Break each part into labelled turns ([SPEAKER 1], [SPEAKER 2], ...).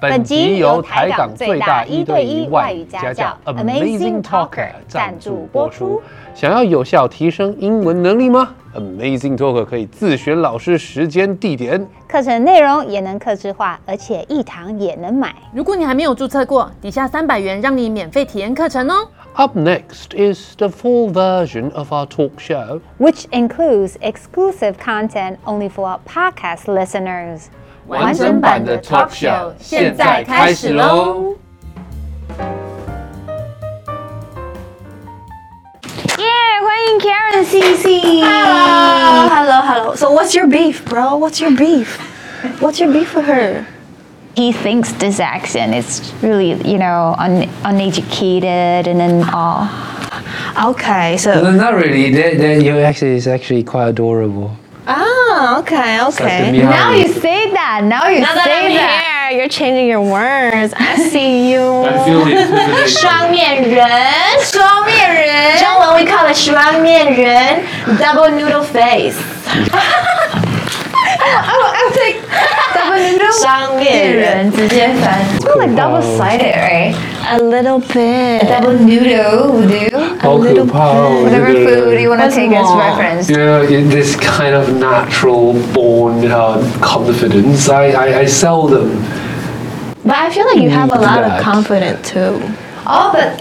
[SPEAKER 1] 本集由台港最大一对一外语家教 Amazing Talker 赞助播出。想要有效提升英文能力吗？Amazing Talker 可以自选老师、时间、地点。
[SPEAKER 2] 课程内容也能客制化，而且一堂也能买。
[SPEAKER 3] 如果你还没有注册过，底下三百元让你免费体验课程哦。
[SPEAKER 1] Up next is the full version of our talk show.
[SPEAKER 2] which includes exclusive content only for our podcast listeners.
[SPEAKER 3] 完整版的 talk show 现在开始喽！
[SPEAKER 4] Yeah, 欢迎 Karen CC. Hello, hello, hello. So what's your beef, bro? What's your beef? What's your beef with her?
[SPEAKER 2] He thinks this accent is really, you know, un- uneducated and then all.
[SPEAKER 4] Okay, so
[SPEAKER 1] Not really. Then, then your accent is actually quite adorable.
[SPEAKER 4] ah, okay, okay.
[SPEAKER 2] Now you say that. Now you
[SPEAKER 4] Now that
[SPEAKER 2] say
[SPEAKER 4] I'm
[SPEAKER 2] that.
[SPEAKER 4] here, you're changing your words. I see you.
[SPEAKER 1] feel it.
[SPEAKER 4] 双面人，双面人，中文 we call it 双面人 double noodle face. Oh, I'll, I'll take
[SPEAKER 5] 直接翻。It's more like double sided, right?
[SPEAKER 4] double noodle. 双面人 a little bit.
[SPEAKER 5] Double noodle would do.
[SPEAKER 1] 好可怕哦！
[SPEAKER 5] Whatever food you want to take as
[SPEAKER 4] more.
[SPEAKER 5] reference.
[SPEAKER 1] You know, in this kind of natural born uh, confidence, I, I, I seldom.
[SPEAKER 4] But I feel like you have a lot
[SPEAKER 1] Yeah.
[SPEAKER 4] of confidence too.
[SPEAKER 5] Oh, but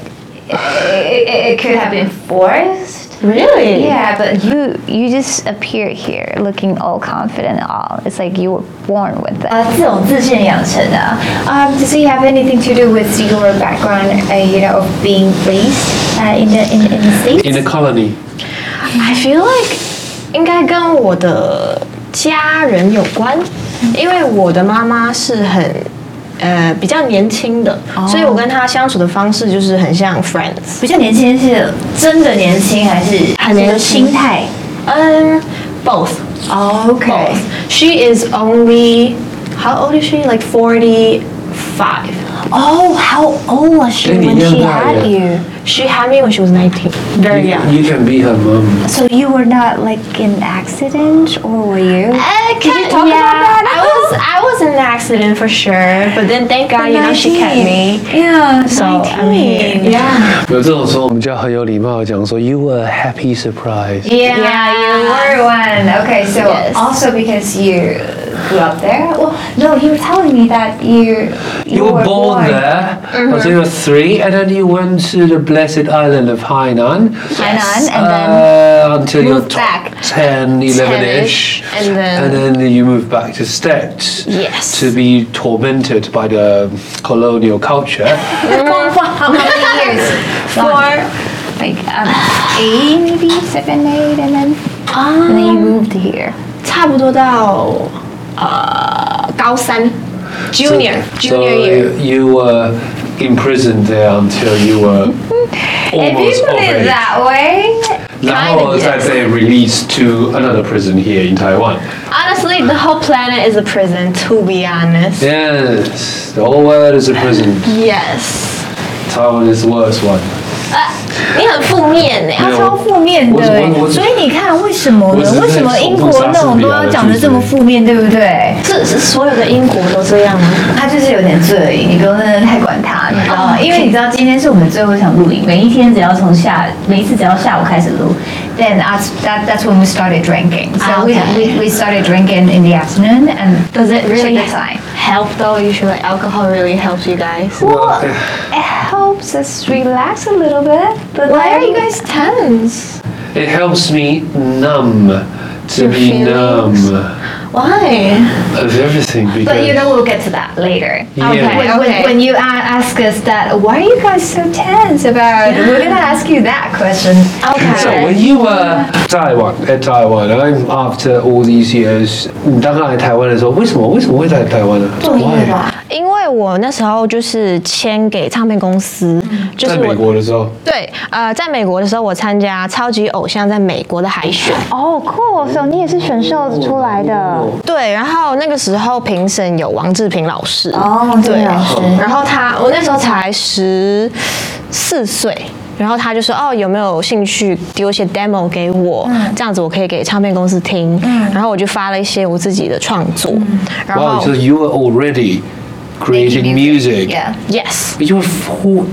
[SPEAKER 5] it, it, it could have been forced.
[SPEAKER 4] Really?
[SPEAKER 5] Yeah, but
[SPEAKER 2] You you just appear here looking all confident and all. It's like you were born with it.
[SPEAKER 5] 呃，这种自信养成啊 um, does it have anything to do with your background, uh, you know, of being raised uh, in the in, in the states?
[SPEAKER 1] In a colony.
[SPEAKER 4] I feel like 应该跟我的家人有关，因为我的妈妈是很呃比较年轻的，所以我跟她相处的方式就是很像 friends。
[SPEAKER 5] 比较年轻是真的年轻还是
[SPEAKER 4] 很年轻。嗯，both。哦
[SPEAKER 5] ？OK，
[SPEAKER 4] Both. She is only how old is she? Like forty five.
[SPEAKER 2] Oh, how old was she
[SPEAKER 1] Then
[SPEAKER 2] when
[SPEAKER 1] you
[SPEAKER 2] she
[SPEAKER 1] know that,
[SPEAKER 2] had
[SPEAKER 1] yeah.
[SPEAKER 2] you?
[SPEAKER 4] She had me when she was nineteen. Very young.
[SPEAKER 1] You can be her mum.
[SPEAKER 2] So you were not like in accident, or were you?
[SPEAKER 4] Uh, Can you talk
[SPEAKER 2] yeah,
[SPEAKER 4] about that? I was I was in an accident for sure, but then thank
[SPEAKER 5] Uh,
[SPEAKER 4] God, you know, she kept me.
[SPEAKER 5] Yeah,
[SPEAKER 4] So I mean, yeah,
[SPEAKER 1] 有这种时候，我们就要很有礼貌地讲说，You were a happy surprise。
[SPEAKER 5] Yeah, you were one. Okay, so
[SPEAKER 4] Yes.
[SPEAKER 5] also because you grew up there? Well, no, you were telling me that you
[SPEAKER 1] You were born there until you were three, and then you went to the blessed island of Hainan.
[SPEAKER 5] Hainan, and then
[SPEAKER 1] Uh, until you're
[SPEAKER 5] moved
[SPEAKER 1] t-
[SPEAKER 5] back.
[SPEAKER 1] 10, 11 ish.
[SPEAKER 4] 10-ish, and then-
[SPEAKER 1] you move back to States
[SPEAKER 4] Yes.
[SPEAKER 1] to be tormented by the colonial culture.
[SPEAKER 5] how many years?
[SPEAKER 4] for
[SPEAKER 2] Like um, eight, maybe seven, eight, and then and then
[SPEAKER 5] Um,
[SPEAKER 2] you moved here.
[SPEAKER 4] 啊差不多到呃高三 junior junior
[SPEAKER 1] so
[SPEAKER 4] year.
[SPEAKER 1] You, you were imprisoned there until you were
[SPEAKER 5] If
[SPEAKER 1] almost
[SPEAKER 5] you put
[SPEAKER 1] of
[SPEAKER 5] it
[SPEAKER 1] age.
[SPEAKER 5] that way,
[SPEAKER 1] 然后
[SPEAKER 4] Kinda,
[SPEAKER 1] 再
[SPEAKER 4] yes.
[SPEAKER 1] 被 released to another prison here in Taiwan.
[SPEAKER 4] Honestly, the whole planet is a prison. To be honest.
[SPEAKER 1] Yes, the whole world is a prison.
[SPEAKER 4] Yes.
[SPEAKER 1] Taiwan is the worst one.
[SPEAKER 4] 你很负面欸呢、
[SPEAKER 1] 没有
[SPEAKER 5] 超负面的
[SPEAKER 1] 我
[SPEAKER 5] 哎
[SPEAKER 1] 我，我
[SPEAKER 5] 所以你看为什么
[SPEAKER 1] 我只
[SPEAKER 5] 呢？
[SPEAKER 1] 是
[SPEAKER 5] 为什么英国那种都要讲的这么负面，对不对？
[SPEAKER 4] 是是所有的英国都这样吗？
[SPEAKER 5] 他就是有点醉，你不用真的太管他，你知道吗？因为你知道今天是我们最后一场录影，每一天只要从下，每一次只要下午开始录，then us that that's when we started drinking. So we
[SPEAKER 4] Oh, Okay.
[SPEAKER 5] we we started drinking in the afternoon and
[SPEAKER 4] Does it really
[SPEAKER 5] check the time.
[SPEAKER 4] help though? Usually, alcohol really helps you guys.
[SPEAKER 5] Well, it helps us relax a little bit. But
[SPEAKER 4] Why are
[SPEAKER 5] then-
[SPEAKER 4] you guys tense?
[SPEAKER 1] It helps me numb to
[SPEAKER 4] Your
[SPEAKER 1] be
[SPEAKER 4] feelings.
[SPEAKER 1] numb
[SPEAKER 4] Why?
[SPEAKER 1] of everything because
[SPEAKER 5] But you know we'll get to that later.
[SPEAKER 1] yeah.
[SPEAKER 5] When, when,
[SPEAKER 4] Okay.
[SPEAKER 5] when you a- ask us that, why are you guys so tense about? We're gonna ask you that question.
[SPEAKER 1] So
[SPEAKER 4] Okay.
[SPEAKER 1] when you were Taiwan at Taiwan, I'm after all these years，你刚刚来台湾的时候，为什么为什么会在台湾呢？做音乐
[SPEAKER 4] 因为我那时候就是签给唱片公司，就
[SPEAKER 1] 在
[SPEAKER 4] 是
[SPEAKER 1] 美
[SPEAKER 4] 我
[SPEAKER 1] 国的时候，
[SPEAKER 4] 对呃，在美国的时候，我参加超级偶像在美国的海选。
[SPEAKER 2] Oh,
[SPEAKER 1] 哦
[SPEAKER 2] cool. So 你也是选秀出来的。
[SPEAKER 4] 对，然后那个时候评审有王志平老师
[SPEAKER 5] 哦志平
[SPEAKER 4] 啊
[SPEAKER 5] 老师
[SPEAKER 4] 然后他我那时候才十四岁。然后他就说：“哦，有没有兴趣丢一些 demo 给我？这样子我可以给唱片公司嗯听。然后我就发了一些我自己的创作。然
[SPEAKER 1] 哇，
[SPEAKER 4] 后
[SPEAKER 1] 就是 you were already creating music.
[SPEAKER 5] Yeah.
[SPEAKER 4] Yes.
[SPEAKER 1] But you were four.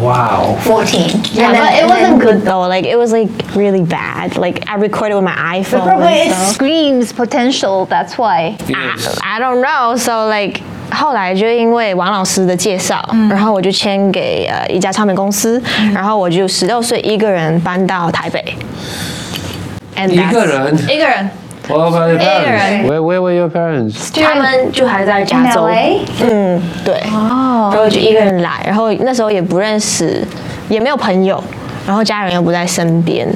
[SPEAKER 1] Wow.
[SPEAKER 5] 14.
[SPEAKER 4] Yeah, but it
[SPEAKER 5] And then- and then-
[SPEAKER 4] wasn't good though. Like it was like really bad. Like I recorded with my iPhone. and
[SPEAKER 5] Probably it
[SPEAKER 4] stuff.
[SPEAKER 5] screams potential, that's why.
[SPEAKER 1] Yes.
[SPEAKER 4] I don't know. So like 后来就因为王老师的介绍，然后我就签给呃一家唱片公司，然后我就十六岁一个人搬到台北。And
[SPEAKER 1] 一个
[SPEAKER 4] that's-
[SPEAKER 1] 人
[SPEAKER 4] 一个人，
[SPEAKER 1] What about your
[SPEAKER 4] 一个
[SPEAKER 1] parents?
[SPEAKER 4] 人
[SPEAKER 1] Where where were your parents?
[SPEAKER 6] 他们就还在
[SPEAKER 5] In
[SPEAKER 6] 加州，
[SPEAKER 5] LA?
[SPEAKER 4] 嗯，对，然后就一个人来，然后那时候也不认识，也没有朋友，然后家人又不在身边，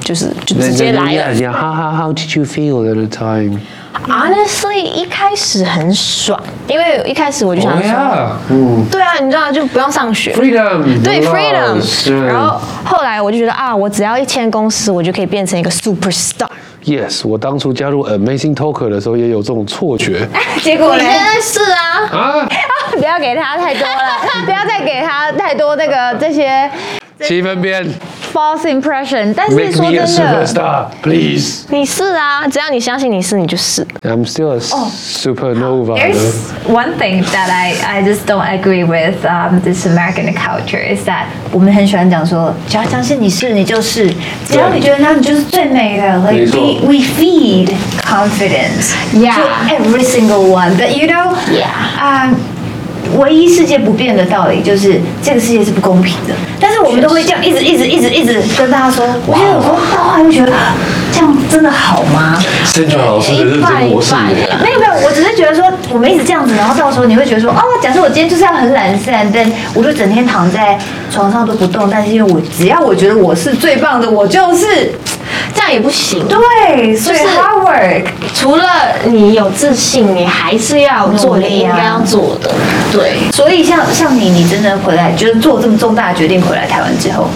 [SPEAKER 4] 就是就直接来了
[SPEAKER 1] Yeah,。yeah. How, how, how did you feel at the time?
[SPEAKER 4] Honestly，一开始很爽，因为一开始我就
[SPEAKER 1] Oh
[SPEAKER 4] 想说
[SPEAKER 1] yeah. Mm.
[SPEAKER 4] 对啊，你知道就不用上学
[SPEAKER 1] Freedom.
[SPEAKER 4] 对
[SPEAKER 1] the
[SPEAKER 4] freedom
[SPEAKER 1] laws,。yeah.
[SPEAKER 4] 然后后来我就觉得啊，我只要一签公司，我就可以变成一个 super star。
[SPEAKER 1] Yes，我当初加入 Amazing Talker 的时候也有这种错觉
[SPEAKER 5] 结果呢？
[SPEAKER 4] 是啊，
[SPEAKER 1] 啊，
[SPEAKER 5] 不要给他太多了，不要再给他太多那个这些
[SPEAKER 1] 七分边
[SPEAKER 5] false impression。但是
[SPEAKER 1] ，Make
[SPEAKER 5] 说
[SPEAKER 1] me a
[SPEAKER 5] 真的，
[SPEAKER 1] superstar, please.
[SPEAKER 4] 你是啊，只要你相信你是，你就是。
[SPEAKER 1] I'm still a supernova.
[SPEAKER 5] There's one thing that I I just don't agree with um, this American culture is that 我们很喜欢讲说，只要相信你是你就是，只要你觉得那你就是最美的。
[SPEAKER 1] 没
[SPEAKER 5] Like
[SPEAKER 1] 错
[SPEAKER 5] we we feed confidence
[SPEAKER 4] Yeah.
[SPEAKER 5] to every single one. But you know, yeah. 唯一世界不变的道理就是这个世界是不公平的，但是我们都会这样一直一直一直一直跟大家说，我觉得有时候到后来就觉得啊这样真的好吗？
[SPEAKER 1] Central 老师的认真模式耶，
[SPEAKER 5] 没有没有，我只是觉得说，我们一直这样子，然后到时候你会觉得说，哦，假设我今天就是要很懒散，但我就整天躺在床上都不动，但是因为我只要我觉得我是最棒的，我就是
[SPEAKER 4] 这样也不行。
[SPEAKER 5] 对，所以
[SPEAKER 4] 就是
[SPEAKER 5] hard work，
[SPEAKER 4] 除了你有自信，你还是要做
[SPEAKER 5] 努力啊
[SPEAKER 4] 你应该要做的。对，
[SPEAKER 5] 所以像像你，你真的回来就是做这么重大的决定回来台湾之后，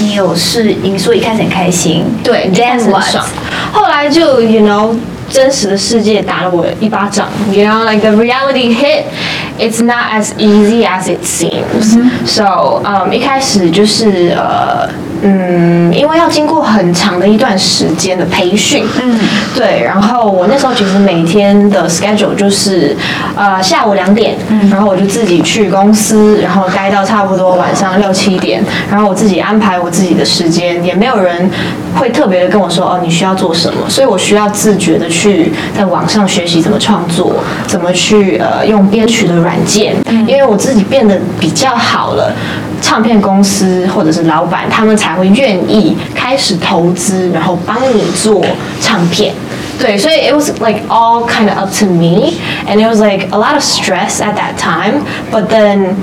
[SPEAKER 5] 你有是你说一开始很开心，
[SPEAKER 4] 对，一开
[SPEAKER 5] then
[SPEAKER 4] 始很
[SPEAKER 5] what？
[SPEAKER 4] 爽，后来就 you know 真实的世界打了我一巴掌，you know like the reality hit。It's not as easy as it seems.、So，嗯、一开始就是呃，嗯，因为要经过很长的一段时间的培训，嗯，对。然后我那时候其实每天的 schedule 就是，呃，下午两点，然后我就自己去公司，然后待到差不多晚上六七点，然后我自己安排我自己的时间，也没有人会特别的跟我说哦，你需要做什么，所以我需要自觉的去在网上学习怎么创作，怎么去呃用编曲的软件，因为我自己变得比较好了。唱片公司或者是老板，他们才会愿意开始投资，然后帮你做唱片。对，所以 it was like all kind of up to me, and it was like a lot of stress at that time. But then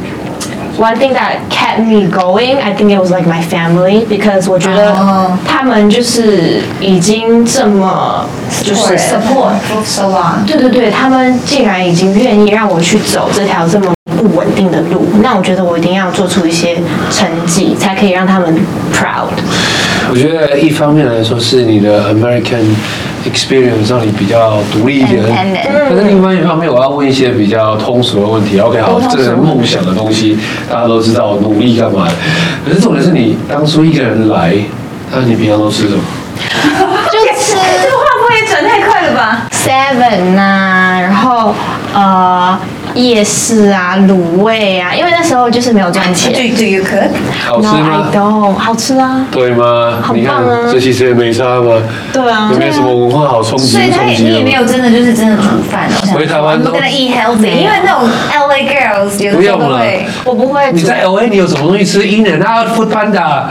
[SPEAKER 4] one thing that kept me going, I think it was like my family because 我觉得他们就是已经这么就是
[SPEAKER 5] support for so long。
[SPEAKER 4] 对对对，他们竟然已经愿意让我去走这条这么不稳定的路，那我觉得我一定要做出一些成绩，才可以让他们 proud。
[SPEAKER 1] 我觉得一方面来说是你的 American experience 让你比较独立一点
[SPEAKER 5] Independent，
[SPEAKER 1] 但是另外一方面我要问一些比较通俗的问题。OK，好，这是梦想的东西，大家都知道努力干嘛的。可是重点是你当初一个人来，那你平常都吃什么？
[SPEAKER 4] 就吃
[SPEAKER 5] 这话不会转太快了吧？
[SPEAKER 4] seven 啊，然后呃夜市啊、卤味啊，因为那时候就是没有赚钱
[SPEAKER 5] Do do you cook？
[SPEAKER 1] 好吃
[SPEAKER 4] 然后
[SPEAKER 1] 吗
[SPEAKER 4] I？don't 好吃啊，
[SPEAKER 1] 对吗？
[SPEAKER 4] 好
[SPEAKER 1] 你看
[SPEAKER 4] 棒啊
[SPEAKER 1] 这其实也没差吗？
[SPEAKER 4] 对啊
[SPEAKER 1] 有没有什么文化好冲击
[SPEAKER 5] 所以他
[SPEAKER 1] 冲
[SPEAKER 5] 也
[SPEAKER 1] 击
[SPEAKER 5] 啊你
[SPEAKER 1] 啊
[SPEAKER 5] 也
[SPEAKER 1] 的
[SPEAKER 5] 没
[SPEAKER 1] 吗？
[SPEAKER 5] 有真的就是真的煮饭哦，
[SPEAKER 1] 回台湾都
[SPEAKER 5] I'm gonna eat healthy，因为那种 LA girls 有
[SPEAKER 1] 不
[SPEAKER 5] 的时
[SPEAKER 1] 用
[SPEAKER 5] 候都
[SPEAKER 1] 了
[SPEAKER 5] 会。
[SPEAKER 4] 我不会
[SPEAKER 1] 你
[SPEAKER 4] 煮。
[SPEAKER 1] 在 LA 你有什么东西吃？In and out Food Panda。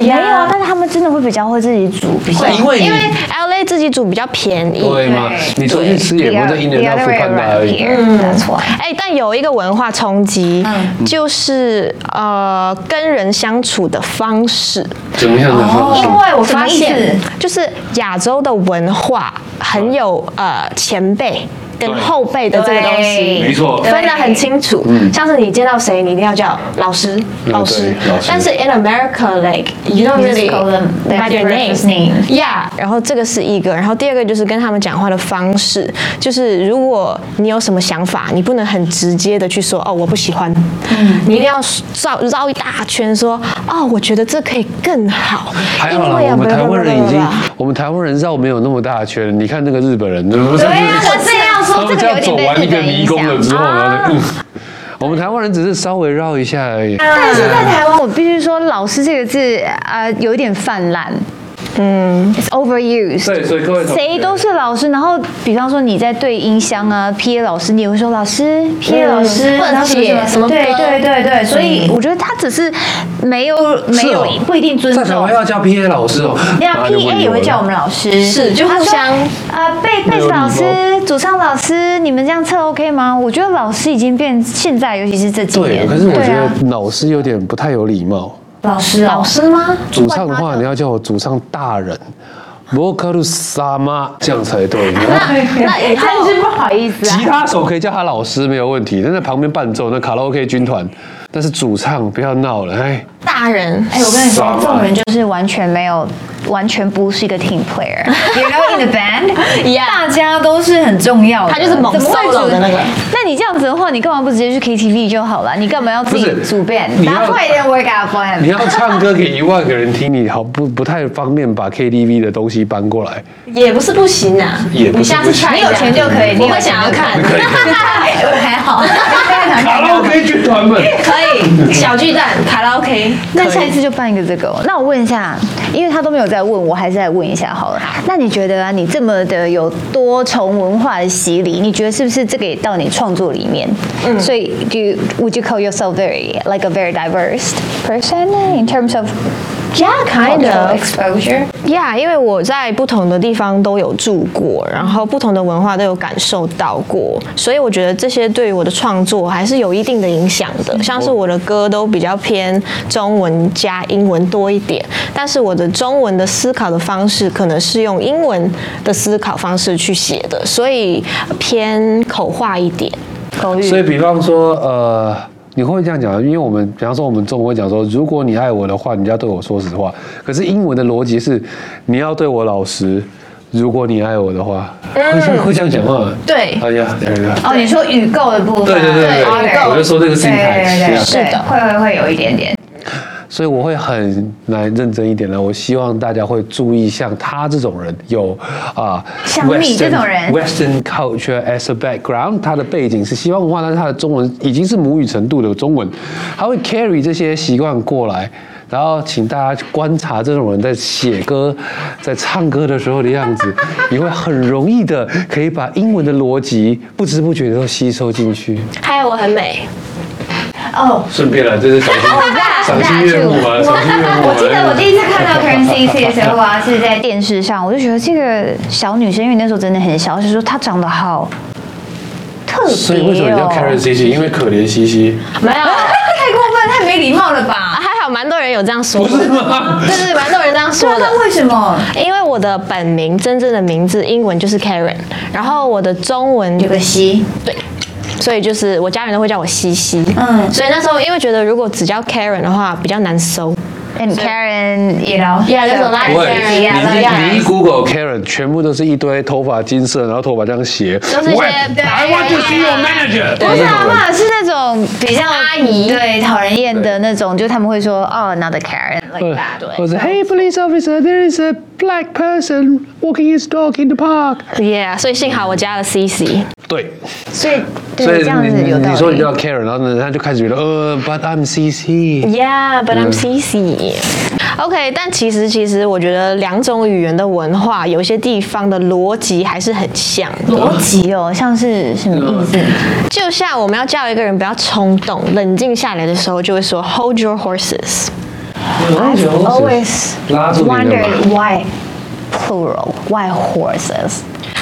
[SPEAKER 4] 没有啊
[SPEAKER 5] 但是他们真的会比较会自己煮，比较
[SPEAKER 1] 因为你
[SPEAKER 4] 因为 LA 自己煮比较便宜。
[SPEAKER 1] 对吗？你出去吃也不
[SPEAKER 5] 啊
[SPEAKER 1] 是一年到付看的而已。
[SPEAKER 5] That's why。
[SPEAKER 4] 哎，但有一个文化冲击，
[SPEAKER 5] 嗯
[SPEAKER 4] 就是呃跟人相处的方式，
[SPEAKER 1] 怎么样的啊方式
[SPEAKER 4] 因？哦为我
[SPEAKER 5] 什么
[SPEAKER 4] 发
[SPEAKER 5] 意
[SPEAKER 4] 现
[SPEAKER 5] 思
[SPEAKER 4] 就是亚洲的文化很有呃前辈跟
[SPEAKER 1] 对
[SPEAKER 4] 后辈的这个东西，
[SPEAKER 5] 对
[SPEAKER 1] 没错
[SPEAKER 4] 分得很清楚。像是你见到谁，你一定要叫老师，
[SPEAKER 1] 嗯
[SPEAKER 4] 老师
[SPEAKER 1] 对老师。
[SPEAKER 4] 但是 in America like you don't
[SPEAKER 5] You
[SPEAKER 4] really
[SPEAKER 5] just call them their
[SPEAKER 4] by their name
[SPEAKER 5] first name.。
[SPEAKER 4] Yeah，然后这个是一个，然后第二个就是跟他们讲话的方式，就是如果你有什么想法，你不能很直接的去说哦我不喜欢，
[SPEAKER 7] 嗯
[SPEAKER 4] 你一定要绕绕一大圈说哦我觉得这可以更好，
[SPEAKER 1] 还
[SPEAKER 4] 因
[SPEAKER 1] 好啦，
[SPEAKER 4] 为
[SPEAKER 1] 我
[SPEAKER 4] 啊
[SPEAKER 1] 们
[SPEAKER 5] 哦
[SPEAKER 1] 台湾人已经
[SPEAKER 4] blah blah blah blah blah，
[SPEAKER 1] 我们台湾人绕没有那么大圈。你看那个日本人，对不对？
[SPEAKER 5] 啊对呀，我这样说，
[SPEAKER 1] 他们这样走完一个迷宫了之后，然后就嗯，我们台湾人只是稍微绕一下而已。
[SPEAKER 5] 但是在台湾，我必须说“老师”这个字啊、呃有一点泛滥。嗯，it's overused。
[SPEAKER 1] 对，所以各位同学
[SPEAKER 5] 谁都是老师，然后比方说你在对音箱啊，P A 老师，你也会说老师，P A 老师，
[SPEAKER 7] 或者
[SPEAKER 5] 然后
[SPEAKER 7] 姐什么
[SPEAKER 5] 对
[SPEAKER 7] 哥
[SPEAKER 5] 对对对，所以我觉得他只是没有没有
[SPEAKER 1] 是哦
[SPEAKER 5] 不一定尊
[SPEAKER 1] 在台
[SPEAKER 5] 重
[SPEAKER 1] 湾。要叫 P A 老师哦，
[SPEAKER 5] 你看
[SPEAKER 1] 妈的
[SPEAKER 5] 啊 P A 也会叫我们老师，
[SPEAKER 7] 是
[SPEAKER 5] 就
[SPEAKER 7] 互相
[SPEAKER 5] 啊，贝贝斯老师、主唱老师，你们这样测 OK 吗？我觉得老师已经变现在，尤其是这几
[SPEAKER 1] 对，
[SPEAKER 5] 年，
[SPEAKER 1] 可是我觉
[SPEAKER 5] 对啊
[SPEAKER 1] 得老师有点不太有礼貌。
[SPEAKER 7] 老师哦，
[SPEAKER 4] 是吗？
[SPEAKER 1] 主唱的话，你要叫我主唱大人。罗卡鲁萨妈这样才对。
[SPEAKER 7] 那以后
[SPEAKER 5] 哎真是不好意思啊
[SPEAKER 1] 吉。他手可以叫他老师没有问题，但在旁边伴奏那卡拉 OK 军团，但是主唱不要闹了，哎，
[SPEAKER 4] 大人
[SPEAKER 5] 哎，我跟你说
[SPEAKER 1] 傻，吧
[SPEAKER 5] 这种人就是完全没有，完全不是一个 team player。You know, in the band，大 家都是很重要
[SPEAKER 4] 啊
[SPEAKER 5] 的。
[SPEAKER 7] 他就是猛
[SPEAKER 5] 怎么会
[SPEAKER 7] solo
[SPEAKER 5] 组
[SPEAKER 7] 的那个。
[SPEAKER 5] 那你这样子的话，你干嘛不直接去 KTV 就好了？你干嘛要自己
[SPEAKER 1] 不是
[SPEAKER 5] 组 band？
[SPEAKER 1] 你要
[SPEAKER 5] 拿快一点 work out for him
[SPEAKER 1] 你。要唱歌给一万个人听，你好不不太方便把 KTV 的东西搬过来，
[SPEAKER 7] 也不是不行啊，
[SPEAKER 1] 也不
[SPEAKER 7] 你
[SPEAKER 1] 是
[SPEAKER 7] 下
[SPEAKER 1] 不
[SPEAKER 7] 次
[SPEAKER 1] 行
[SPEAKER 7] try 一下
[SPEAKER 5] 你有钱就可以，你
[SPEAKER 7] 我
[SPEAKER 5] 有
[SPEAKER 7] 会想要看，
[SPEAKER 1] 可以 可以。
[SPEAKER 5] 还好。
[SPEAKER 1] 卡拉 OK 军团们，
[SPEAKER 7] 可以小巨蛋卡拉 OK，
[SPEAKER 5] 那下一次就办一个这个、哦。那我问一下，因为他都没有在问，我还是来问一下好了。那你觉得啊，你这么的有多重文化的洗礼，你觉得是不是这个也到你创作里面？嗯，所以 do you, would you call yourself very like a very diverse person in terms of
[SPEAKER 4] ，Yeah, kind
[SPEAKER 5] cultural
[SPEAKER 4] of.
[SPEAKER 5] exposure？
[SPEAKER 4] Yeah，因为我在不同的地方都有住过，然后不同的文化都有感受到过，所以我觉得这些对于我的创作还是有一定的影响的。像是我的歌都比较偏中文加英文多一点，但是我的中文的思考的方式可能是用英文的思考方式去写的，所以偏口话一点。口
[SPEAKER 1] 所以，
[SPEAKER 4] 语
[SPEAKER 1] 比方说，呃，你会这样讲，因为我们，比方说，我们中文会讲说，如果你爱我的话，你就要对我说实话。可是英文的逻辑是，你要对我老实。如果你爱我的话，会这样会这样讲话吗？
[SPEAKER 4] 对
[SPEAKER 1] 哎呀，对对
[SPEAKER 5] 哦，你说语购的部分，
[SPEAKER 1] 对对对
[SPEAKER 5] 哦
[SPEAKER 1] 对，我就说这个心态
[SPEAKER 5] 对对对，
[SPEAKER 1] 是
[SPEAKER 5] 是的，会会会有一点点。
[SPEAKER 1] 所以我会很来认真一点呢。我希望大家会注意像他这种人，有啊，
[SPEAKER 5] 像你这种人
[SPEAKER 1] Western Western culture as a background，他的背景是西方文化，但是他的中文已经是母语程度的中文，他会 carry 这些习惯过来。然后，请大家去观察这种人在写歌、在唱歌的时候的样 子，你会很容易的可以把英文的逻辑不知不觉的都吸收进去。
[SPEAKER 4] 还有我很美。
[SPEAKER 1] 顺便啊了，这是赏心
[SPEAKER 5] 哦
[SPEAKER 1] 赏心悦目嘛，赏心啊悦目
[SPEAKER 5] 我
[SPEAKER 1] 嘛。
[SPEAKER 5] 记得我第一次看到 Currency C 的时候啊，是在电视上，我就觉得这个小女生，因为那时候真的很小，就说她长得好特别哦。
[SPEAKER 1] 所以为什么你叫 Karen C C？因为可怜兮兮，
[SPEAKER 4] 没有，
[SPEAKER 5] 太过分，太没礼貌了吧？
[SPEAKER 4] 还好蛮多人有这样说
[SPEAKER 1] 不
[SPEAKER 4] 的，
[SPEAKER 1] 是吗？
[SPEAKER 4] 对对，对蛮多人这样说
[SPEAKER 5] 对啊，
[SPEAKER 4] 的。
[SPEAKER 5] 那为什么？
[SPEAKER 4] 因为我的本名真正的名字英文就是 Karen，然后我的中文
[SPEAKER 5] 有个西，
[SPEAKER 4] 对，所以就是我家人都会叫我西西。
[SPEAKER 5] 嗯
[SPEAKER 4] 嗯，所以那时候因为觉得如果只叫 Karen 的话比较难搜。
[SPEAKER 5] And Karen, you know,
[SPEAKER 4] Yeah, there's a lot of
[SPEAKER 1] 喂，
[SPEAKER 4] Karen.
[SPEAKER 1] 你你一 Google Karen，全部都是一堆头发金色，然后头发这样斜。
[SPEAKER 4] 都是一些
[SPEAKER 1] 喂
[SPEAKER 4] 对
[SPEAKER 1] ，I want to see your manager。
[SPEAKER 5] 不
[SPEAKER 1] 不
[SPEAKER 5] 是阿妈，是那种比较
[SPEAKER 4] 阿姨
[SPEAKER 5] 对讨人厌的那种，就他们会说哦、oh,，another Karen like that，
[SPEAKER 1] 或者 Hey police officer, there is a black person walking his dog in the park。
[SPEAKER 4] Yeah，所以幸好我加了 CC。
[SPEAKER 1] 对，
[SPEAKER 5] 所以对
[SPEAKER 1] 所
[SPEAKER 5] 这
[SPEAKER 1] 以
[SPEAKER 5] 样
[SPEAKER 1] 你
[SPEAKER 5] 子有
[SPEAKER 1] 你
[SPEAKER 5] 道理。
[SPEAKER 1] 你说你叫 Karen，然后呢，他就开始觉得呃，But Uh, I'm CC。
[SPEAKER 4] Yeah，but I'm CC。OK，但其实其实我觉得两种语言的文化有一些地方的逻辑还是很像的。
[SPEAKER 5] 逻辑哦，像是什么意思？
[SPEAKER 4] 就像我们要叫一个人不要冲动，冷静下来的时候，就会说 Hold your horses。
[SPEAKER 5] always
[SPEAKER 1] 拉住你的
[SPEAKER 5] wondered
[SPEAKER 1] 马。
[SPEAKER 5] why plural why horses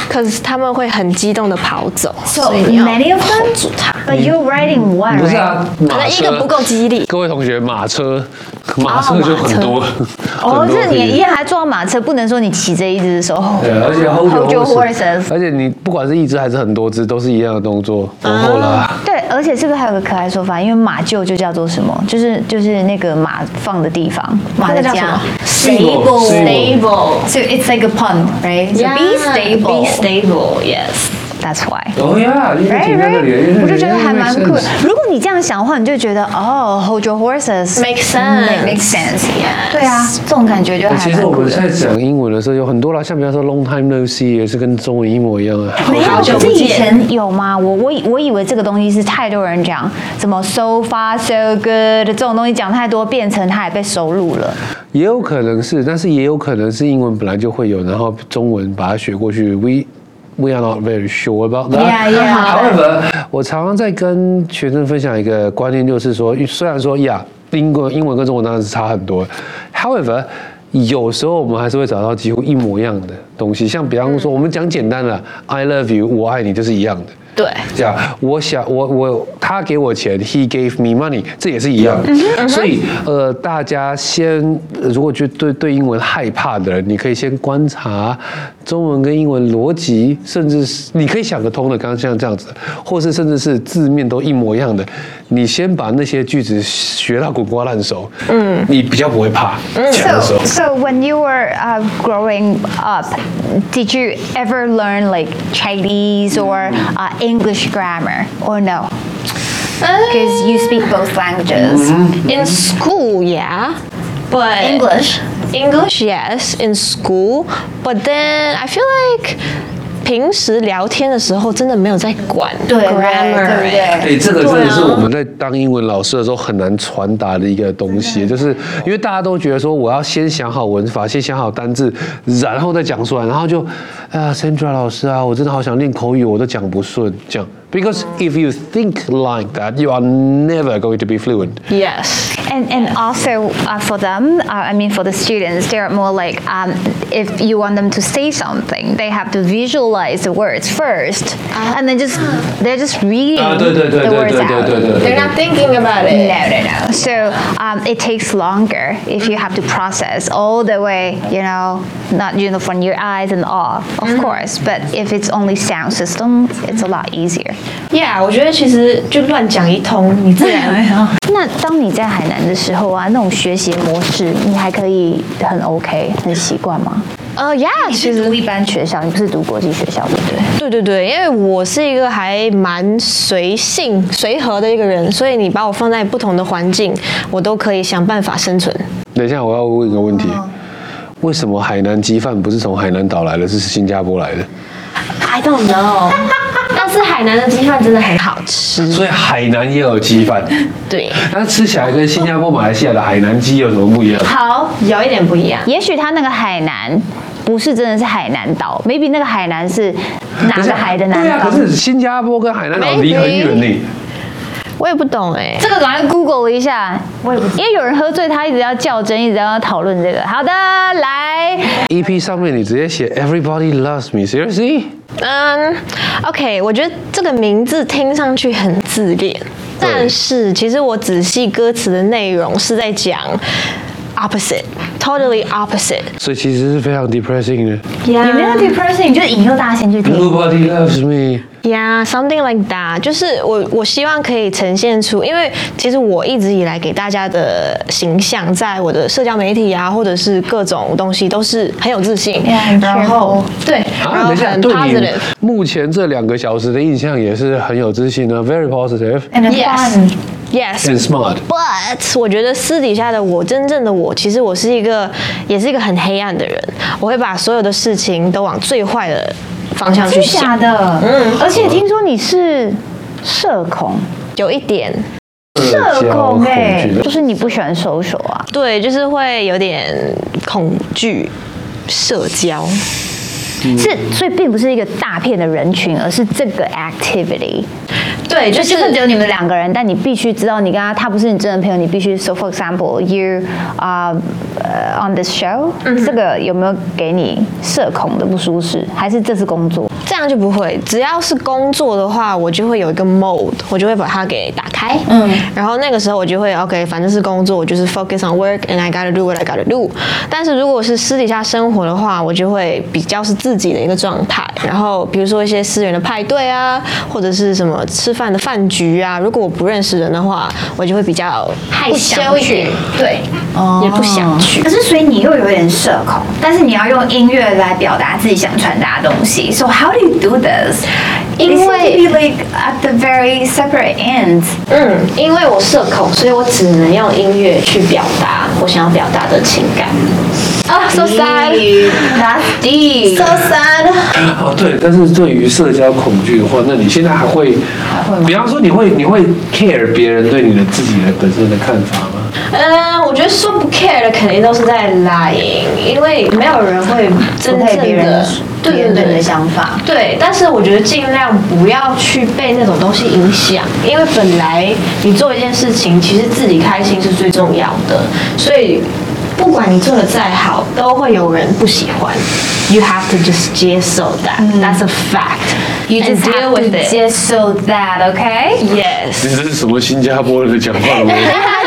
[SPEAKER 4] 可是他们会很激动的跑走，
[SPEAKER 5] so
[SPEAKER 4] 所以你要
[SPEAKER 5] many of them but you're riding one
[SPEAKER 1] 不是
[SPEAKER 5] right
[SPEAKER 1] 啊，马
[SPEAKER 4] 可能一
[SPEAKER 1] 车
[SPEAKER 4] 个不够激励。
[SPEAKER 1] 各位同学，马车，马车就很多，
[SPEAKER 5] 哦
[SPEAKER 1] 很多
[SPEAKER 5] 是你
[SPEAKER 1] 可以
[SPEAKER 5] 一样还坐到马车不能说你骑着一只手
[SPEAKER 1] 对，而且 hold
[SPEAKER 5] Hold your
[SPEAKER 1] your horses，
[SPEAKER 5] horses
[SPEAKER 1] 而且你不管是一只还是很多只，都是一样的动作，往后拉。
[SPEAKER 5] 对而且是不是还有个可爱说法因为马厩就叫做什么就是就是那个马放的地方马
[SPEAKER 4] 那个
[SPEAKER 5] 的
[SPEAKER 4] 叫什
[SPEAKER 5] 家
[SPEAKER 4] 么
[SPEAKER 1] Stable
[SPEAKER 5] stable so it's like a pun right so be
[SPEAKER 4] Yeah,
[SPEAKER 5] stable
[SPEAKER 4] Be stable, yes.
[SPEAKER 5] That's why。
[SPEAKER 1] 哦呀，因为停在这里，
[SPEAKER 5] 我就觉得还蛮酷的。如果你这样想的话，你就觉得哦，Hold your horses
[SPEAKER 2] Make sense.
[SPEAKER 5] make sense。对啊，这种感觉就还
[SPEAKER 1] 其
[SPEAKER 5] 蛮
[SPEAKER 1] 实我
[SPEAKER 5] 酷
[SPEAKER 1] 们在
[SPEAKER 5] 的。
[SPEAKER 1] 讲英文的时候有很多啦，像比方说 long time no see 也是跟中文一模一样 啊。
[SPEAKER 5] 没有，
[SPEAKER 2] 久
[SPEAKER 5] 可
[SPEAKER 2] 不
[SPEAKER 5] 是
[SPEAKER 2] 见
[SPEAKER 5] 以前有吗？我我以我以为这个东西是太多人讲，什么 so far so good 这种东西讲太多，变成它也被收录了。
[SPEAKER 1] 也有可能是，但是也有可能是英文本来就会有，然后中文把它学过去。We we are not very sure about that.
[SPEAKER 5] Yeah, yeah.
[SPEAKER 1] However，我常常在跟学生分享一个观念，就是说，虽然说呀，英国英文跟中文当然是差很多，However。有时候我们还是会找到几乎一模一样的东西，像比方说，我们讲简单了、i love you，我爱你就是一样的。
[SPEAKER 2] 对，
[SPEAKER 1] 这样，我想我我他给我钱，he gave me money，这也是一样的。所以呃，大家先呃如果觉得对对英文害怕的人，你可以先观察中文跟英文逻辑，甚至是你可以想得通的，刚刚像这样子，或是甚至是字面都一模一样的，你先把那些句子学到滚瓜烂熟，嗯，你比较不会怕讲的时候
[SPEAKER 5] So,。so when you were uh, growing up, did you ever learn like Chinese or uh, English grammar or no? Because you speak both languages.
[SPEAKER 4] In school, yeah. But
[SPEAKER 8] English.
[SPEAKER 4] English, yes, in school. But then I feel like 平时聊天的时候真的没有在管
[SPEAKER 8] 对对
[SPEAKER 4] grammar，
[SPEAKER 8] 对不对啊
[SPEAKER 4] 哎
[SPEAKER 1] 哎、这个真的是我们在当英文老师的时候很难传达的一个东西，就是因为大家都觉得说我要先想好文法，先想好单字，然后再讲出来，然后就，啊，Sandra 老师啊，我真的好想练口语，我都讲不顺，这样。Because if you think like that, you are never going to be fluent.
[SPEAKER 4] Yes.
[SPEAKER 5] And, and also uh, for them, uh, I mean for the students, they're more like um, if you want them to say something, they have to visualize the words first, and then just they're just reading
[SPEAKER 1] 啊
[SPEAKER 5] the words out.
[SPEAKER 2] They're not thinking about it.
[SPEAKER 5] No, no, no. So um, it takes longer if you have to process all the way, you know, not uniform your eyes and all, of course. But if it's only sound system, it's a lot easier.
[SPEAKER 4] Yeah，我觉得其实就乱讲一通，你自 然
[SPEAKER 5] 那当你在海南的时候啊，那种学习模式，你还可以很 OK，很习惯吗？
[SPEAKER 4] 呃，Yeah，
[SPEAKER 5] 你
[SPEAKER 4] 其
[SPEAKER 5] 是
[SPEAKER 4] 实
[SPEAKER 5] 读一般学校，你不是读国际学校，对不对？
[SPEAKER 4] 对对对，因为我是一个还蛮随性、随和的一个人，所以你把我放在不同的环境，我都可以想办法生存。
[SPEAKER 1] 等一下，我要问一个问题。为什么海南鸡饭不是从海南岛来的，是新加坡来的？
[SPEAKER 4] I don't know，但是海南的鸡饭真的很好吃。
[SPEAKER 1] 所以海南也有鸡饭，
[SPEAKER 4] 对，
[SPEAKER 1] 那吃起来跟新加坡、马来西亚的海南鸡有什么不一样？
[SPEAKER 4] 好，有一点不一样。
[SPEAKER 5] 也许他那个海南不是真的是海南岛，maybe 那个海南是哪
[SPEAKER 1] 不是
[SPEAKER 5] 个海的南
[SPEAKER 1] 对啊，
[SPEAKER 5] 方
[SPEAKER 1] 可？是新加坡跟海南岛离很远呢。
[SPEAKER 4] 我也不懂哎、
[SPEAKER 5] 这个赶快呃 Google 一下，因为有人喝醉，他一直要较真，一直要讨论这个。好的，来，
[SPEAKER 1] EP E 上面你直接写 Everybody loves me seriously，
[SPEAKER 4] 嗯，OK，我觉得这个名字听上去很自恋，但是其实我仔细歌词的内容是在讲 opposite，totally opposite。
[SPEAKER 1] 所以其实是非常 depressing 的。
[SPEAKER 5] 你没有 depressing，你就引诱大家先去听。
[SPEAKER 1] Nobody loves me，
[SPEAKER 4] Yeah, something like that。就是我我希望可以呈现出，因为其实我一直以来给大家的形象，在我的社交媒体啊，或者是各种东西，都是很有自信
[SPEAKER 5] Yeah, 很
[SPEAKER 4] 然后
[SPEAKER 5] cheerful
[SPEAKER 4] 对，然
[SPEAKER 1] 啊，
[SPEAKER 4] 后
[SPEAKER 1] 等一下，
[SPEAKER 4] 很
[SPEAKER 1] 对你
[SPEAKER 4] positive。
[SPEAKER 1] 目前这两个小时的印象也是很有自信的，very positive
[SPEAKER 5] And
[SPEAKER 4] Yes.
[SPEAKER 5] fun.
[SPEAKER 4] Yes,
[SPEAKER 1] and smart。
[SPEAKER 4] But 我觉得私底下的我，真正的我，其实我是一个，也是一个很黑暗的人。我会把所有的事情都往最坏的方向去
[SPEAKER 5] 哦真假
[SPEAKER 4] 想，
[SPEAKER 5] 的？嗯，而且听说你是社恐，
[SPEAKER 4] 有一点，
[SPEAKER 1] 社恐
[SPEAKER 5] 哎
[SPEAKER 1] 惧，
[SPEAKER 5] 就是你不喜欢 social 啊。
[SPEAKER 4] 对，就是会有点恐惧社交。
[SPEAKER 1] 嗯
[SPEAKER 5] 是，所以并不是一个大片的人群，而是这个 activity。
[SPEAKER 4] 对，就
[SPEAKER 5] 就是
[SPEAKER 4] 是
[SPEAKER 5] 只有你们两个人，但你必须知道，你跟他他不是你真的朋友，你必须。So for example, you are uh, on this show，、这个有没有给你社恐的不舒适，还是这是工作？
[SPEAKER 4] 这样就不会。只要是工作的话，我就会有一个 mode，我就会把它给打开。嗯，然后那个时候我就会 OK，反正是工作，我就是 focus on work and I gotta do what I gotta do。但是如果是私底下生活的话，我就会比较是自己的一个状态。然后比如说一些私人的派对啊，或者是什么吃饭。饭的饭局啊，如果我不认识人的话，我就会比较
[SPEAKER 9] 害羞
[SPEAKER 4] 不
[SPEAKER 9] 一
[SPEAKER 4] 羞
[SPEAKER 9] 点，
[SPEAKER 10] 对，
[SPEAKER 4] 也不想去
[SPEAKER 10] 可。是所以你又有点社恐，但是你要用音乐来表达自己想传达的东西。So how do you do this?
[SPEAKER 9] 因
[SPEAKER 10] They
[SPEAKER 9] 为
[SPEAKER 10] seem to be like at the very separate ends.
[SPEAKER 9] 嗯，因为我社恐，所以我只能用音乐去表达我想要表达的情感。
[SPEAKER 5] Oh,
[SPEAKER 9] 啊，so sad，so
[SPEAKER 10] That's deep.
[SPEAKER 9] sad。
[SPEAKER 1] 哦，对，但是对于社交恐惧的话，那你现在还会，比方说你会你会 care 别人对你的自己的本身的看法吗？
[SPEAKER 9] 嗯，我觉得说不 care 的肯定都是在 lying，因为没有人会真正
[SPEAKER 5] 不配别人
[SPEAKER 9] 的对对
[SPEAKER 5] 别人
[SPEAKER 9] 对
[SPEAKER 5] 的想法。
[SPEAKER 9] 对，但是我觉得尽量不要去被那种东西影响，因为本来你做一件事情，其实自己开心是最重要的，所以不管你做的再好，都会有人不喜欢。You have to just 接受 that. That's a fact. You
[SPEAKER 5] 嗯 You just
[SPEAKER 9] deal
[SPEAKER 5] have
[SPEAKER 9] with
[SPEAKER 5] to
[SPEAKER 9] it.
[SPEAKER 5] just so that, okay?
[SPEAKER 9] Yes.
[SPEAKER 1] 你这是什么新加坡人的讲话 吗？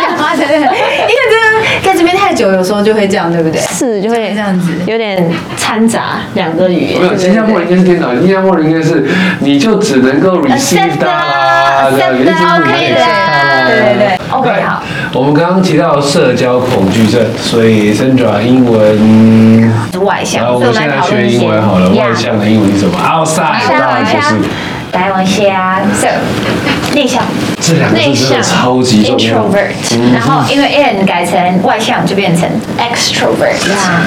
[SPEAKER 5] 讲话真的，因为真的 在这边太久，有时候就会这样，对不对？
[SPEAKER 9] 是就会
[SPEAKER 5] 这样子
[SPEAKER 9] 有点掺杂两个语言。
[SPEAKER 1] 没有，新加坡人应该是颠倒，新加坡人应该是你就只能够 receive 它啦，这样一直不能
[SPEAKER 5] OK
[SPEAKER 1] 给它
[SPEAKER 5] 啦，对对对。
[SPEAKER 1] OK，好。我们刚刚提到社交恐惧症，所以 Sandra 英文，
[SPEAKER 10] 是外向
[SPEAKER 1] 然，后我们现在学英文好了，
[SPEAKER 10] Yeah
[SPEAKER 1] 外向的英文是什么？Outside，当然不是。
[SPEAKER 10] 来往下，so 内向
[SPEAKER 1] 这两个
[SPEAKER 9] 内
[SPEAKER 1] 字真
[SPEAKER 9] 向
[SPEAKER 1] 的超级重要。嗯
[SPEAKER 9] introvert，
[SPEAKER 10] 然后因为 n 改成外向就变成
[SPEAKER 9] extrovert。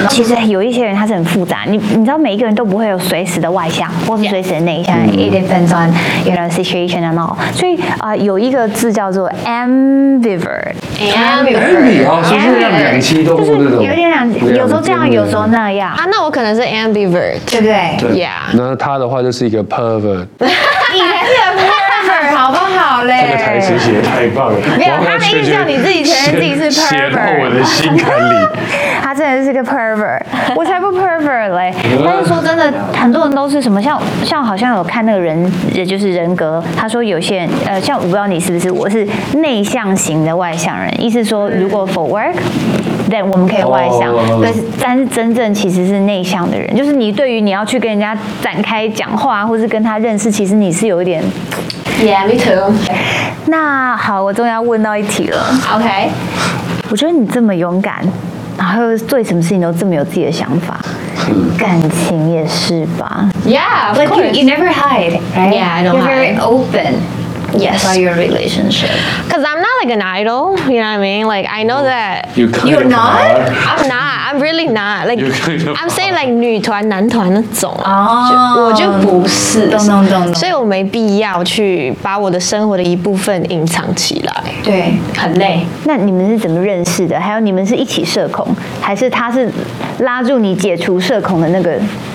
[SPEAKER 5] 其实有一些人他是很复杂，你你知道每一个人都不会有随时的外向或是随时的内向、i
[SPEAKER 1] 嗯
[SPEAKER 5] t depends on you know situation and all。所以啊、呃有一个字叫做 ambivert。
[SPEAKER 1] Amy 哦，所以是让两栖动
[SPEAKER 5] 哎就是
[SPEAKER 1] 物那种，
[SPEAKER 5] 有点两，有时候这样，有时候那样，
[SPEAKER 4] 啊，那我可能是 ambivert，
[SPEAKER 5] 对不对？
[SPEAKER 1] 对
[SPEAKER 4] Yeah
[SPEAKER 1] 那他的话就是一个 pervert，
[SPEAKER 5] 你才是 pervert 好不好嘞？
[SPEAKER 1] 这个台词写得太棒了。
[SPEAKER 5] 没有
[SPEAKER 1] 我要
[SPEAKER 5] 他的
[SPEAKER 1] 确
[SPEAKER 5] 印
[SPEAKER 1] 确
[SPEAKER 5] 象你自己承认自己是
[SPEAKER 1] 写写到
[SPEAKER 5] pervert
[SPEAKER 1] 我的心 坎里。
[SPEAKER 5] 他真的是个 pervert，我才不 pervert 嘞！但是说真的，很多人都是什么像像好像有看那个人，也就是人格，他说有些人呃，像我不知道你是不是，我是内向型的外向人，意思说如果 for work。但我们可以外向
[SPEAKER 1] 哦
[SPEAKER 5] 但是但是真正其实是内向的人，就是你对于你要去跟人家展开讲话，或是跟他认识，其实你是有一点。
[SPEAKER 9] Yeah, me too.
[SPEAKER 5] 那好，我终于要问到一题了。
[SPEAKER 9] OK，
[SPEAKER 5] 我觉得你这么勇敢，然后对什么事情都这么有自己的想法，感情也是吧？
[SPEAKER 9] Yeah, of
[SPEAKER 10] like you, you
[SPEAKER 9] course.
[SPEAKER 10] never hide, right?
[SPEAKER 9] Yeah, I don't
[SPEAKER 10] You're very
[SPEAKER 9] hide.
[SPEAKER 10] open
[SPEAKER 9] Yes.
[SPEAKER 10] about your relationship.
[SPEAKER 4] Cause I'm not like an idol, you know what I mean? Like I
[SPEAKER 5] Oh.
[SPEAKER 4] know that
[SPEAKER 1] You kind
[SPEAKER 10] You're
[SPEAKER 1] of
[SPEAKER 10] not?
[SPEAKER 1] are.
[SPEAKER 4] I'm not, I'm really not. Like
[SPEAKER 1] You kind of
[SPEAKER 4] I'm saying like 女团、男团那种
[SPEAKER 5] Oh. Ah.
[SPEAKER 4] 啊，
[SPEAKER 10] 哦
[SPEAKER 4] 就我就不是，
[SPEAKER 10] 懂懂懂懂
[SPEAKER 4] 所以我没必要去把我的生活的一部分隐藏起来，
[SPEAKER 10] 对，
[SPEAKER 4] 很累。
[SPEAKER 5] 那你们是怎么认识的？还有你们是一起社恐，还是他是拉住你解除社恐的那个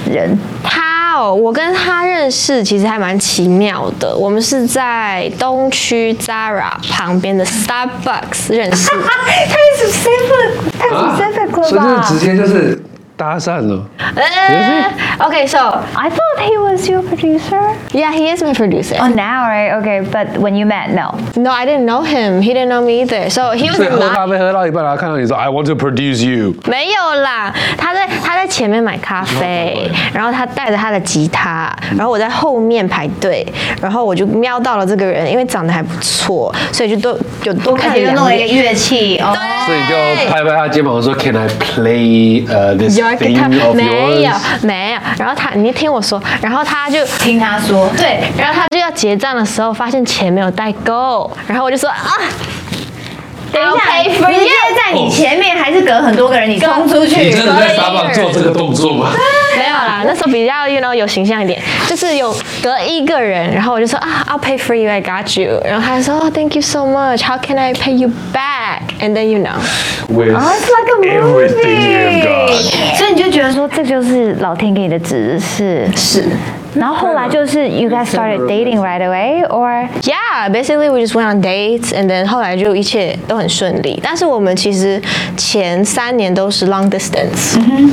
[SPEAKER 5] 人？
[SPEAKER 4] 他哦，我跟他认识其实还蛮奇妙的。我们是在东区 Zara 旁边的 Starbucks 认识的，
[SPEAKER 5] 他是 seven，他
[SPEAKER 1] 啊
[SPEAKER 5] 是 seven
[SPEAKER 1] 所
[SPEAKER 5] club
[SPEAKER 1] 以就是
[SPEAKER 5] 吧
[SPEAKER 1] 直接就是搭讪了。
[SPEAKER 4] 呃，OK，so
[SPEAKER 5] ？I thought he was your producer.
[SPEAKER 4] yeah, he is my producer.
[SPEAKER 5] Oh, now right? Okay, but when you met, no.
[SPEAKER 4] No, I didn't know him. He didn't know me either. So he was
[SPEAKER 1] 所以
[SPEAKER 4] in
[SPEAKER 1] 喝
[SPEAKER 4] line.
[SPEAKER 1] 咖啡喝到一半，然后看到你说 I want to produce you，
[SPEAKER 4] 没有啦，他在他在前面买咖啡，然后他带着他的吉他，然后我在后面排队，然后我就瞄到了这个人，因为长得还不错，所以就多有多看
[SPEAKER 10] 而且又
[SPEAKER 4] 两
[SPEAKER 10] 弄了一个
[SPEAKER 4] 眼。
[SPEAKER 10] 乐器哦，
[SPEAKER 1] 所以你就
[SPEAKER 4] 对
[SPEAKER 1] 拍拍他肩膀说 Can I play 呃 this
[SPEAKER 4] Your
[SPEAKER 1] thing
[SPEAKER 4] guitar
[SPEAKER 1] of
[SPEAKER 4] 没有
[SPEAKER 1] yours？
[SPEAKER 4] 没有，然后他你听我说，然后他就
[SPEAKER 10] 听他说，
[SPEAKER 4] 对，然后他就要结账的时候，发现钱没有带够，然后我就说啊，
[SPEAKER 10] 等一
[SPEAKER 4] I'll
[SPEAKER 10] 下，
[SPEAKER 4] pay
[SPEAKER 10] 你
[SPEAKER 4] for
[SPEAKER 10] 直接
[SPEAKER 4] you 哦
[SPEAKER 10] 在你前面还是隔很多个人，你冲出去，
[SPEAKER 1] 你真的在沙发做这个动作吗？
[SPEAKER 4] 没有啦，那时候比较 you know 有形象一点，就是有隔一个人，然后我就说啊，I'll pay for you, I got you，然后他就说、oh, Thank you so much, how can I pay you back? And then you know，
[SPEAKER 1] With everything you've got，
[SPEAKER 5] 所以你就觉得说，这就是老天给你的指示。是。然后后来就是 you guys started dating right away or
[SPEAKER 4] Yeah, basically we just went on dates, and then 后来就一切都很顺利。但是我们其实前三年都是 long distance，、
[SPEAKER 10] 嗯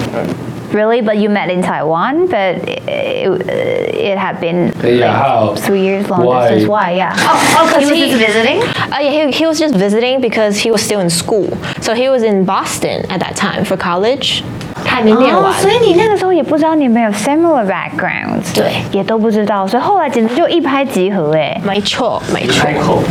[SPEAKER 5] really but you met in Taiwan but it, it had been
[SPEAKER 1] Hey, yeah, how?
[SPEAKER 5] three years long
[SPEAKER 1] Why?
[SPEAKER 5] distance why yeah
[SPEAKER 10] 哦哦，可是 is visiting，
[SPEAKER 4] Uh, yeah, he, he was just visiting because he was still in school. So he was in Boston at that time for college. 还没念完。
[SPEAKER 11] 所以你那个时候也不知道你们有 similar background，
[SPEAKER 4] 对
[SPEAKER 11] 也都不知道，所以后来简直就一拍即合哎，
[SPEAKER 4] 没错，没错。
[SPEAKER 1] 开口，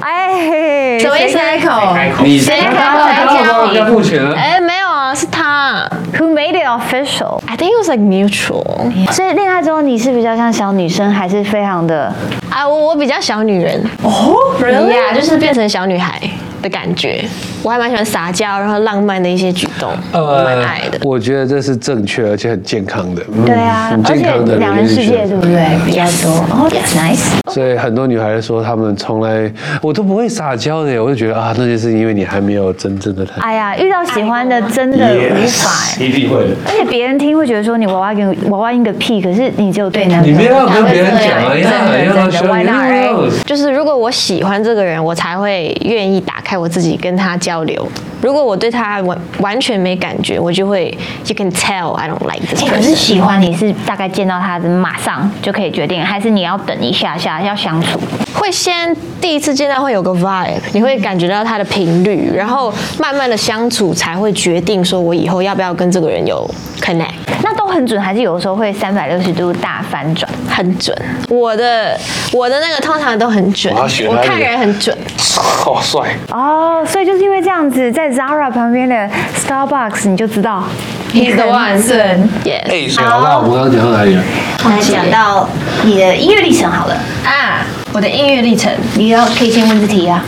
[SPEAKER 11] 哎，
[SPEAKER 4] 什么意思
[SPEAKER 11] 谁
[SPEAKER 1] 开口，
[SPEAKER 4] 谁开口来教
[SPEAKER 1] 要
[SPEAKER 4] 你？
[SPEAKER 1] 付钱了。
[SPEAKER 4] 哎，没有啊，是他。
[SPEAKER 11] ？Who made it official？
[SPEAKER 4] Eh, I think it was like mutual。
[SPEAKER 11] 所以恋爱中你是比较像小女生，还是非常的
[SPEAKER 4] 啊，Uh, 我我比较小女人哦、r e a l l y 就是变成小女孩的感觉。我还蛮喜欢撒娇，然后浪漫的一些举动，我蛮爱的。
[SPEAKER 8] 我觉得这是正确而且很健康的，
[SPEAKER 11] 对啊
[SPEAKER 8] 很，
[SPEAKER 11] 而
[SPEAKER 8] 健
[SPEAKER 11] 且
[SPEAKER 8] 康的
[SPEAKER 11] 两人世界
[SPEAKER 8] relationship
[SPEAKER 11] 对不对比较多？哦，nice。
[SPEAKER 8] 所以很多女孩说，她们从来我都不会撒娇的耶，我就觉得啊，那就是因为你还没有真正的谈。
[SPEAKER 11] 哎呀，遇到喜欢的真的无法哎。
[SPEAKER 1] 一定会的。
[SPEAKER 11] 而且别人听会觉得说你娃娃跟娃娃音个屁，可是你只有对男朋
[SPEAKER 1] 你不
[SPEAKER 11] 友才
[SPEAKER 1] 要
[SPEAKER 11] 会这样。
[SPEAKER 1] 跟别人讲了，
[SPEAKER 11] 真
[SPEAKER 1] 呀，
[SPEAKER 11] 的
[SPEAKER 1] 要
[SPEAKER 11] 真
[SPEAKER 1] 学
[SPEAKER 11] 的，Why not？right？
[SPEAKER 4] 就是如果我喜欢这个人，我才会愿意打开我自己跟他交流。如果我对他完完全没感觉，我就会 you can tell I don't like this
[SPEAKER 11] 哎可是
[SPEAKER 4] person。
[SPEAKER 11] 喜欢你是大概见到他的马上就可以决定，还是你要等一下下要相处？
[SPEAKER 4] 会先第一次见到会有个 vibe，你会感觉到他的频率，然后慢慢的相处才会决定说我以后要不要跟这个人有 connect。
[SPEAKER 11] 那都很准，还是有的时候会三百六十度大翻转？
[SPEAKER 4] 很准，我的我的那个通常都很准，
[SPEAKER 1] 我要学他
[SPEAKER 4] 我看人很准，
[SPEAKER 1] 好帅，
[SPEAKER 11] 哦，所以就是因为这样子，在 Zara 旁边的 Starbucks 你就知道
[SPEAKER 4] He's the one
[SPEAKER 11] 准。
[SPEAKER 4] yes，
[SPEAKER 1] 哎，水老大，我们刚刚讲到哪里了？
[SPEAKER 5] 来讲到你的音乐历程好了，
[SPEAKER 12] 啊，我的音乐历程
[SPEAKER 5] 你要可以先问这题啊。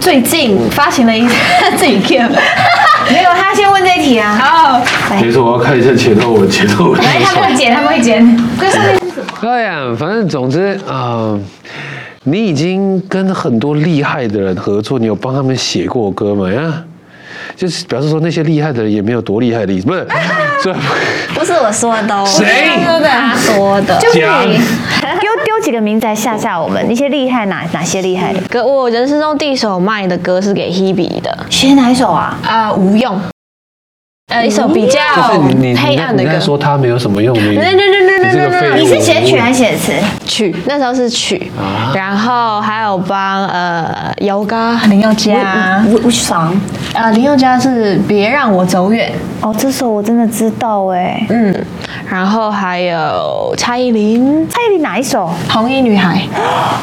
[SPEAKER 12] 最近发行了一自己 Q，
[SPEAKER 5] 没有，他先问这题 啊。
[SPEAKER 12] 哦，
[SPEAKER 1] 没错，我要看一下前后文，前后文。
[SPEAKER 12] 哎，他们会剪，他们会剪。
[SPEAKER 8] 哎呀，反正总之，嗯、你已经跟很多厉害的人合作，你有帮他们写过歌吗？呀，就是表示说那些厉害的人也没有多厉害的意思，不是，这
[SPEAKER 4] 不是我说的哦，
[SPEAKER 1] 谁
[SPEAKER 4] 他说的。
[SPEAKER 11] 就是
[SPEAKER 1] 讲
[SPEAKER 11] 你丢丢几个名字来吓吓我们，一些厉害哪哪些厉害的？
[SPEAKER 4] 歌，我人生中第一首卖的歌是给 Hebe 的，
[SPEAKER 5] 写哪一首啊？
[SPEAKER 4] 啊，无用，呃，一首比
[SPEAKER 5] 哦
[SPEAKER 4] 较
[SPEAKER 8] 就是你你
[SPEAKER 4] 黑
[SPEAKER 8] 在
[SPEAKER 4] 暗的
[SPEAKER 8] 你在
[SPEAKER 4] 歌。
[SPEAKER 8] 说他没有什么用的意思，
[SPEAKER 4] No no no
[SPEAKER 8] 你
[SPEAKER 4] no
[SPEAKER 8] 这
[SPEAKER 4] no
[SPEAKER 8] 个
[SPEAKER 4] no
[SPEAKER 8] 废
[SPEAKER 4] no，
[SPEAKER 8] 物
[SPEAKER 5] 你是写曲还是写词？
[SPEAKER 4] 曲那时候是曲，
[SPEAKER 8] 啊
[SPEAKER 4] 然后还有帮呃姚哥林宥嘉，
[SPEAKER 5] 我我爽。
[SPEAKER 4] 呃林宥嘉是别让我走远，
[SPEAKER 11] 哦，这首我真的知道哎，
[SPEAKER 4] 嗯，然后还有蔡依林
[SPEAKER 11] 蔡依林哪一首？
[SPEAKER 4] 红衣女孩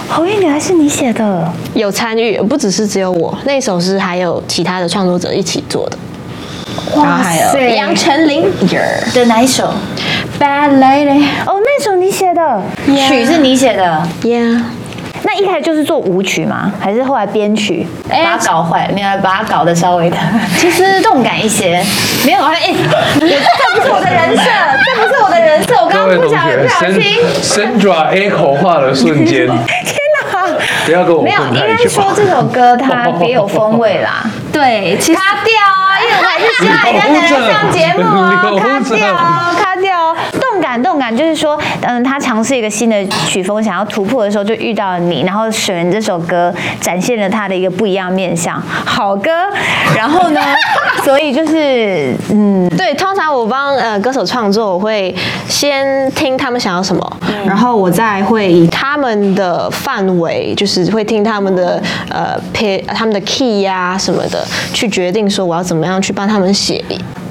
[SPEAKER 11] 侯艳女还是你写的？
[SPEAKER 4] 有参与，不只是只有我，那首是还有其他的创作者一起做的，然后还有杨丞琳
[SPEAKER 5] 的哪一首？
[SPEAKER 4] Bad Lady
[SPEAKER 11] 哦，那首你写的，
[SPEAKER 5] 曲是你写的，
[SPEAKER 4] Yeah。
[SPEAKER 11] 那一开始就是做舞曲吗？还是后来编曲？
[SPEAKER 5] 把它搞坏，没有把它搞得稍微的，其实动感一些。没有，哎、这不是我的人设，这不是我的人设，我
[SPEAKER 8] 各
[SPEAKER 5] 刚
[SPEAKER 8] 位
[SPEAKER 5] 刚不
[SPEAKER 8] 同
[SPEAKER 5] 小
[SPEAKER 8] 学
[SPEAKER 5] 不小心。
[SPEAKER 8] ，Sandra echo 化的瞬间，
[SPEAKER 11] 天哪！
[SPEAKER 8] 不要跟我
[SPEAKER 11] 没有，
[SPEAKER 8] 混
[SPEAKER 11] 应
[SPEAKER 8] 太
[SPEAKER 11] 该
[SPEAKER 8] 久。
[SPEAKER 11] 说这首歌它别有风味 啦。
[SPEAKER 5] 对，其实卡掉啊，因为我还是希望人家能来上节目
[SPEAKER 8] 留
[SPEAKER 5] 哦，
[SPEAKER 8] 着
[SPEAKER 5] 卡掉啊。
[SPEAKER 11] 哦，卡掉哦，动感动感，就是说，嗯，他尝试一个新的曲风，想要突破的时候，就遇到了你，然后选这首歌，展现了他的一个不一样面相，好歌。然后呢，所以就是，嗯，
[SPEAKER 4] 对，通常我帮呃歌手创作，我会先听他们想要什么，然后我再会以他们的范围，就是会听他们的呃 p 他们的 key 呀、什么的，去决定说我要怎么样去帮他们写。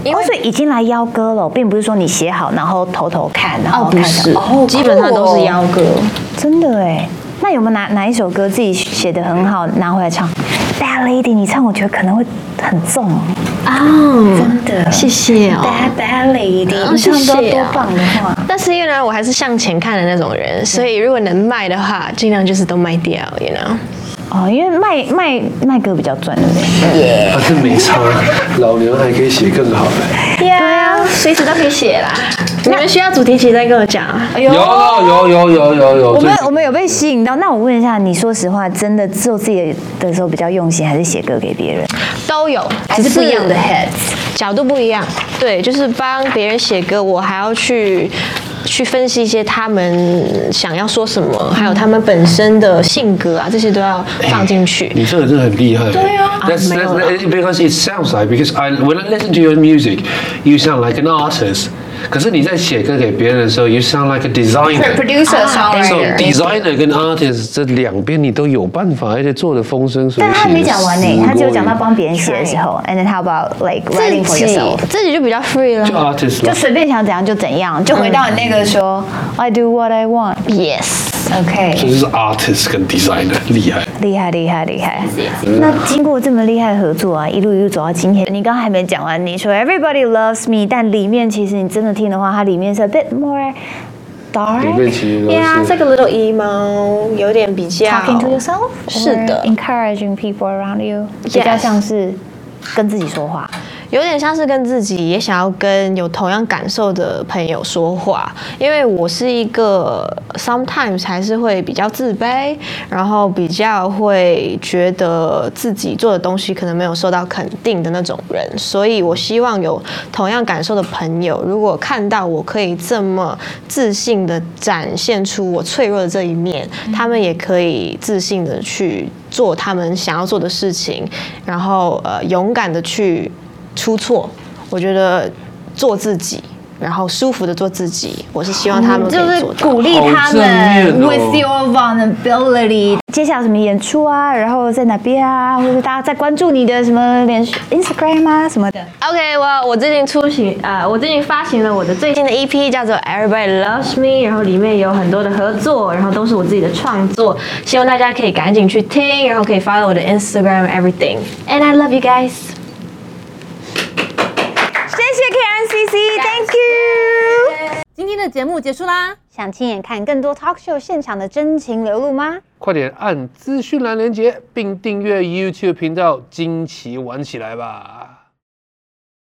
[SPEAKER 4] 因
[SPEAKER 11] 哦，
[SPEAKER 4] 为
[SPEAKER 11] 所以已经来邀歌了，并不是说你写好，然后偷偷看，然后看一下
[SPEAKER 4] 哦基本上都是邀歌。
[SPEAKER 11] 真的哎。那有没有哪哪一首歌自己写的很好，拿回来唱？Bad Lady，你唱我觉得可能会很重哦。
[SPEAKER 4] 哦，
[SPEAKER 5] 真的
[SPEAKER 4] 谢谢哦。
[SPEAKER 5] ，Bad Bad Lady，
[SPEAKER 4] 哦
[SPEAKER 5] 你唱多
[SPEAKER 4] 谢谢
[SPEAKER 5] 多
[SPEAKER 4] 啊
[SPEAKER 5] 棒的话，
[SPEAKER 4] 但是因为呢，我还是向前看的那种人，所以如果能卖的话，尽量就是都卖掉，you know。
[SPEAKER 11] 哦，因为卖卖卖歌比较赚，对不对？
[SPEAKER 1] 反正没差，老娘还可以写更好的。
[SPEAKER 4] 对啊，随时都可以写啦。你们需要主题曲再跟我讲啊。
[SPEAKER 1] 有有有有有有。
[SPEAKER 11] 我们
[SPEAKER 1] 最近
[SPEAKER 11] 我们有被吸引到。那我问一下，你说实话，真的做自己的时候比较用心，还是写歌给别人？
[SPEAKER 4] 都有，
[SPEAKER 5] 还是不一样的 heads。
[SPEAKER 4] 角度不一样。对，就是帮别人写歌，我还要去去分析一些他们想要说什么，还有他们本身的性格啊，这些都要放进去。
[SPEAKER 1] 你这个真的很厉害。对啊 That's,
[SPEAKER 4] 没有
[SPEAKER 1] that's, because it sounds like because I when I listen to your music, you sound like an artist. 可是你在写歌给别人的时候，you sound like a designer。
[SPEAKER 11] producer
[SPEAKER 5] 啊
[SPEAKER 1] So
[SPEAKER 11] songwriter，
[SPEAKER 1] designer 跟 artist 这两边你都有办法，而且做的风生水起。
[SPEAKER 5] 但他还没讲完呢，他只有讲到帮别人写的时
[SPEAKER 11] 思
[SPEAKER 5] 候，and then how about like
[SPEAKER 11] 自
[SPEAKER 5] writing for
[SPEAKER 11] 己
[SPEAKER 5] yourself？
[SPEAKER 11] 自己就比较 free 了
[SPEAKER 1] 就 artist
[SPEAKER 5] 就
[SPEAKER 1] 啦
[SPEAKER 5] 随便想怎样就怎样，就回到你那个说、I do what I want。
[SPEAKER 11] ，yes，
[SPEAKER 1] 所
[SPEAKER 5] OK，
[SPEAKER 1] 以就是 artist 跟 designer 厉害。
[SPEAKER 5] 厉害厉害厉害。那经过这么厉害的合作啊，一路一路走到今天，你刚刚还没讲完，你说 Everybody loves me，但里面其实你真的听的话，它里面是 a bit more
[SPEAKER 1] 里
[SPEAKER 5] dark。
[SPEAKER 1] 面其实都
[SPEAKER 4] 呀，这
[SPEAKER 1] 是
[SPEAKER 4] 个 little emo 有点比较
[SPEAKER 5] Talking to yourself，
[SPEAKER 4] 是的
[SPEAKER 5] or，encouraging people around you，比较像是跟自己说话。
[SPEAKER 4] 有点像是跟自己也想要跟有同样感受的朋友说话，因为我是一个 sometimes 还是会比较自卑，然后比较会觉得自己做的东西可能没有受到肯定的那种人，所以我希望有同样感受的朋友，如果看到我可以这么自信的展现出我脆弱的这一面，他们也可以自信的去做他们想要做的事情，然后呃勇敢的去。出错，我觉得做自己，然后舒服的做自己，我嗯是希望他们可
[SPEAKER 5] 就
[SPEAKER 4] 以
[SPEAKER 5] 是
[SPEAKER 4] 做到。
[SPEAKER 5] 鼓励他
[SPEAKER 1] 好正面
[SPEAKER 5] 们
[SPEAKER 1] 哦
[SPEAKER 5] with your vulnerability。接下来有什么演出啊？然后在哪边啊？或者大家在关注你的什么脸书 Instagram 啊什么的？
[SPEAKER 4] OK，我我最近出行啊、呃我最近发行了我的最新的 EP，叫做《Everybody Loves Me》，然后里面有很多的合作，然后都是我自己的创作，希望大家可以赶紧去听，然后可以 follow 我的 Instagram everything，and I love you guys。
[SPEAKER 5] 谢谢 KNCC，Thank you。
[SPEAKER 3] 今天的节目结束啦，
[SPEAKER 5] 想亲眼看更多 talk show 现场的真情流露吗？
[SPEAKER 8] 快点按资讯栏连接，并订阅 YouTube 频道，惊奇玩起来吧！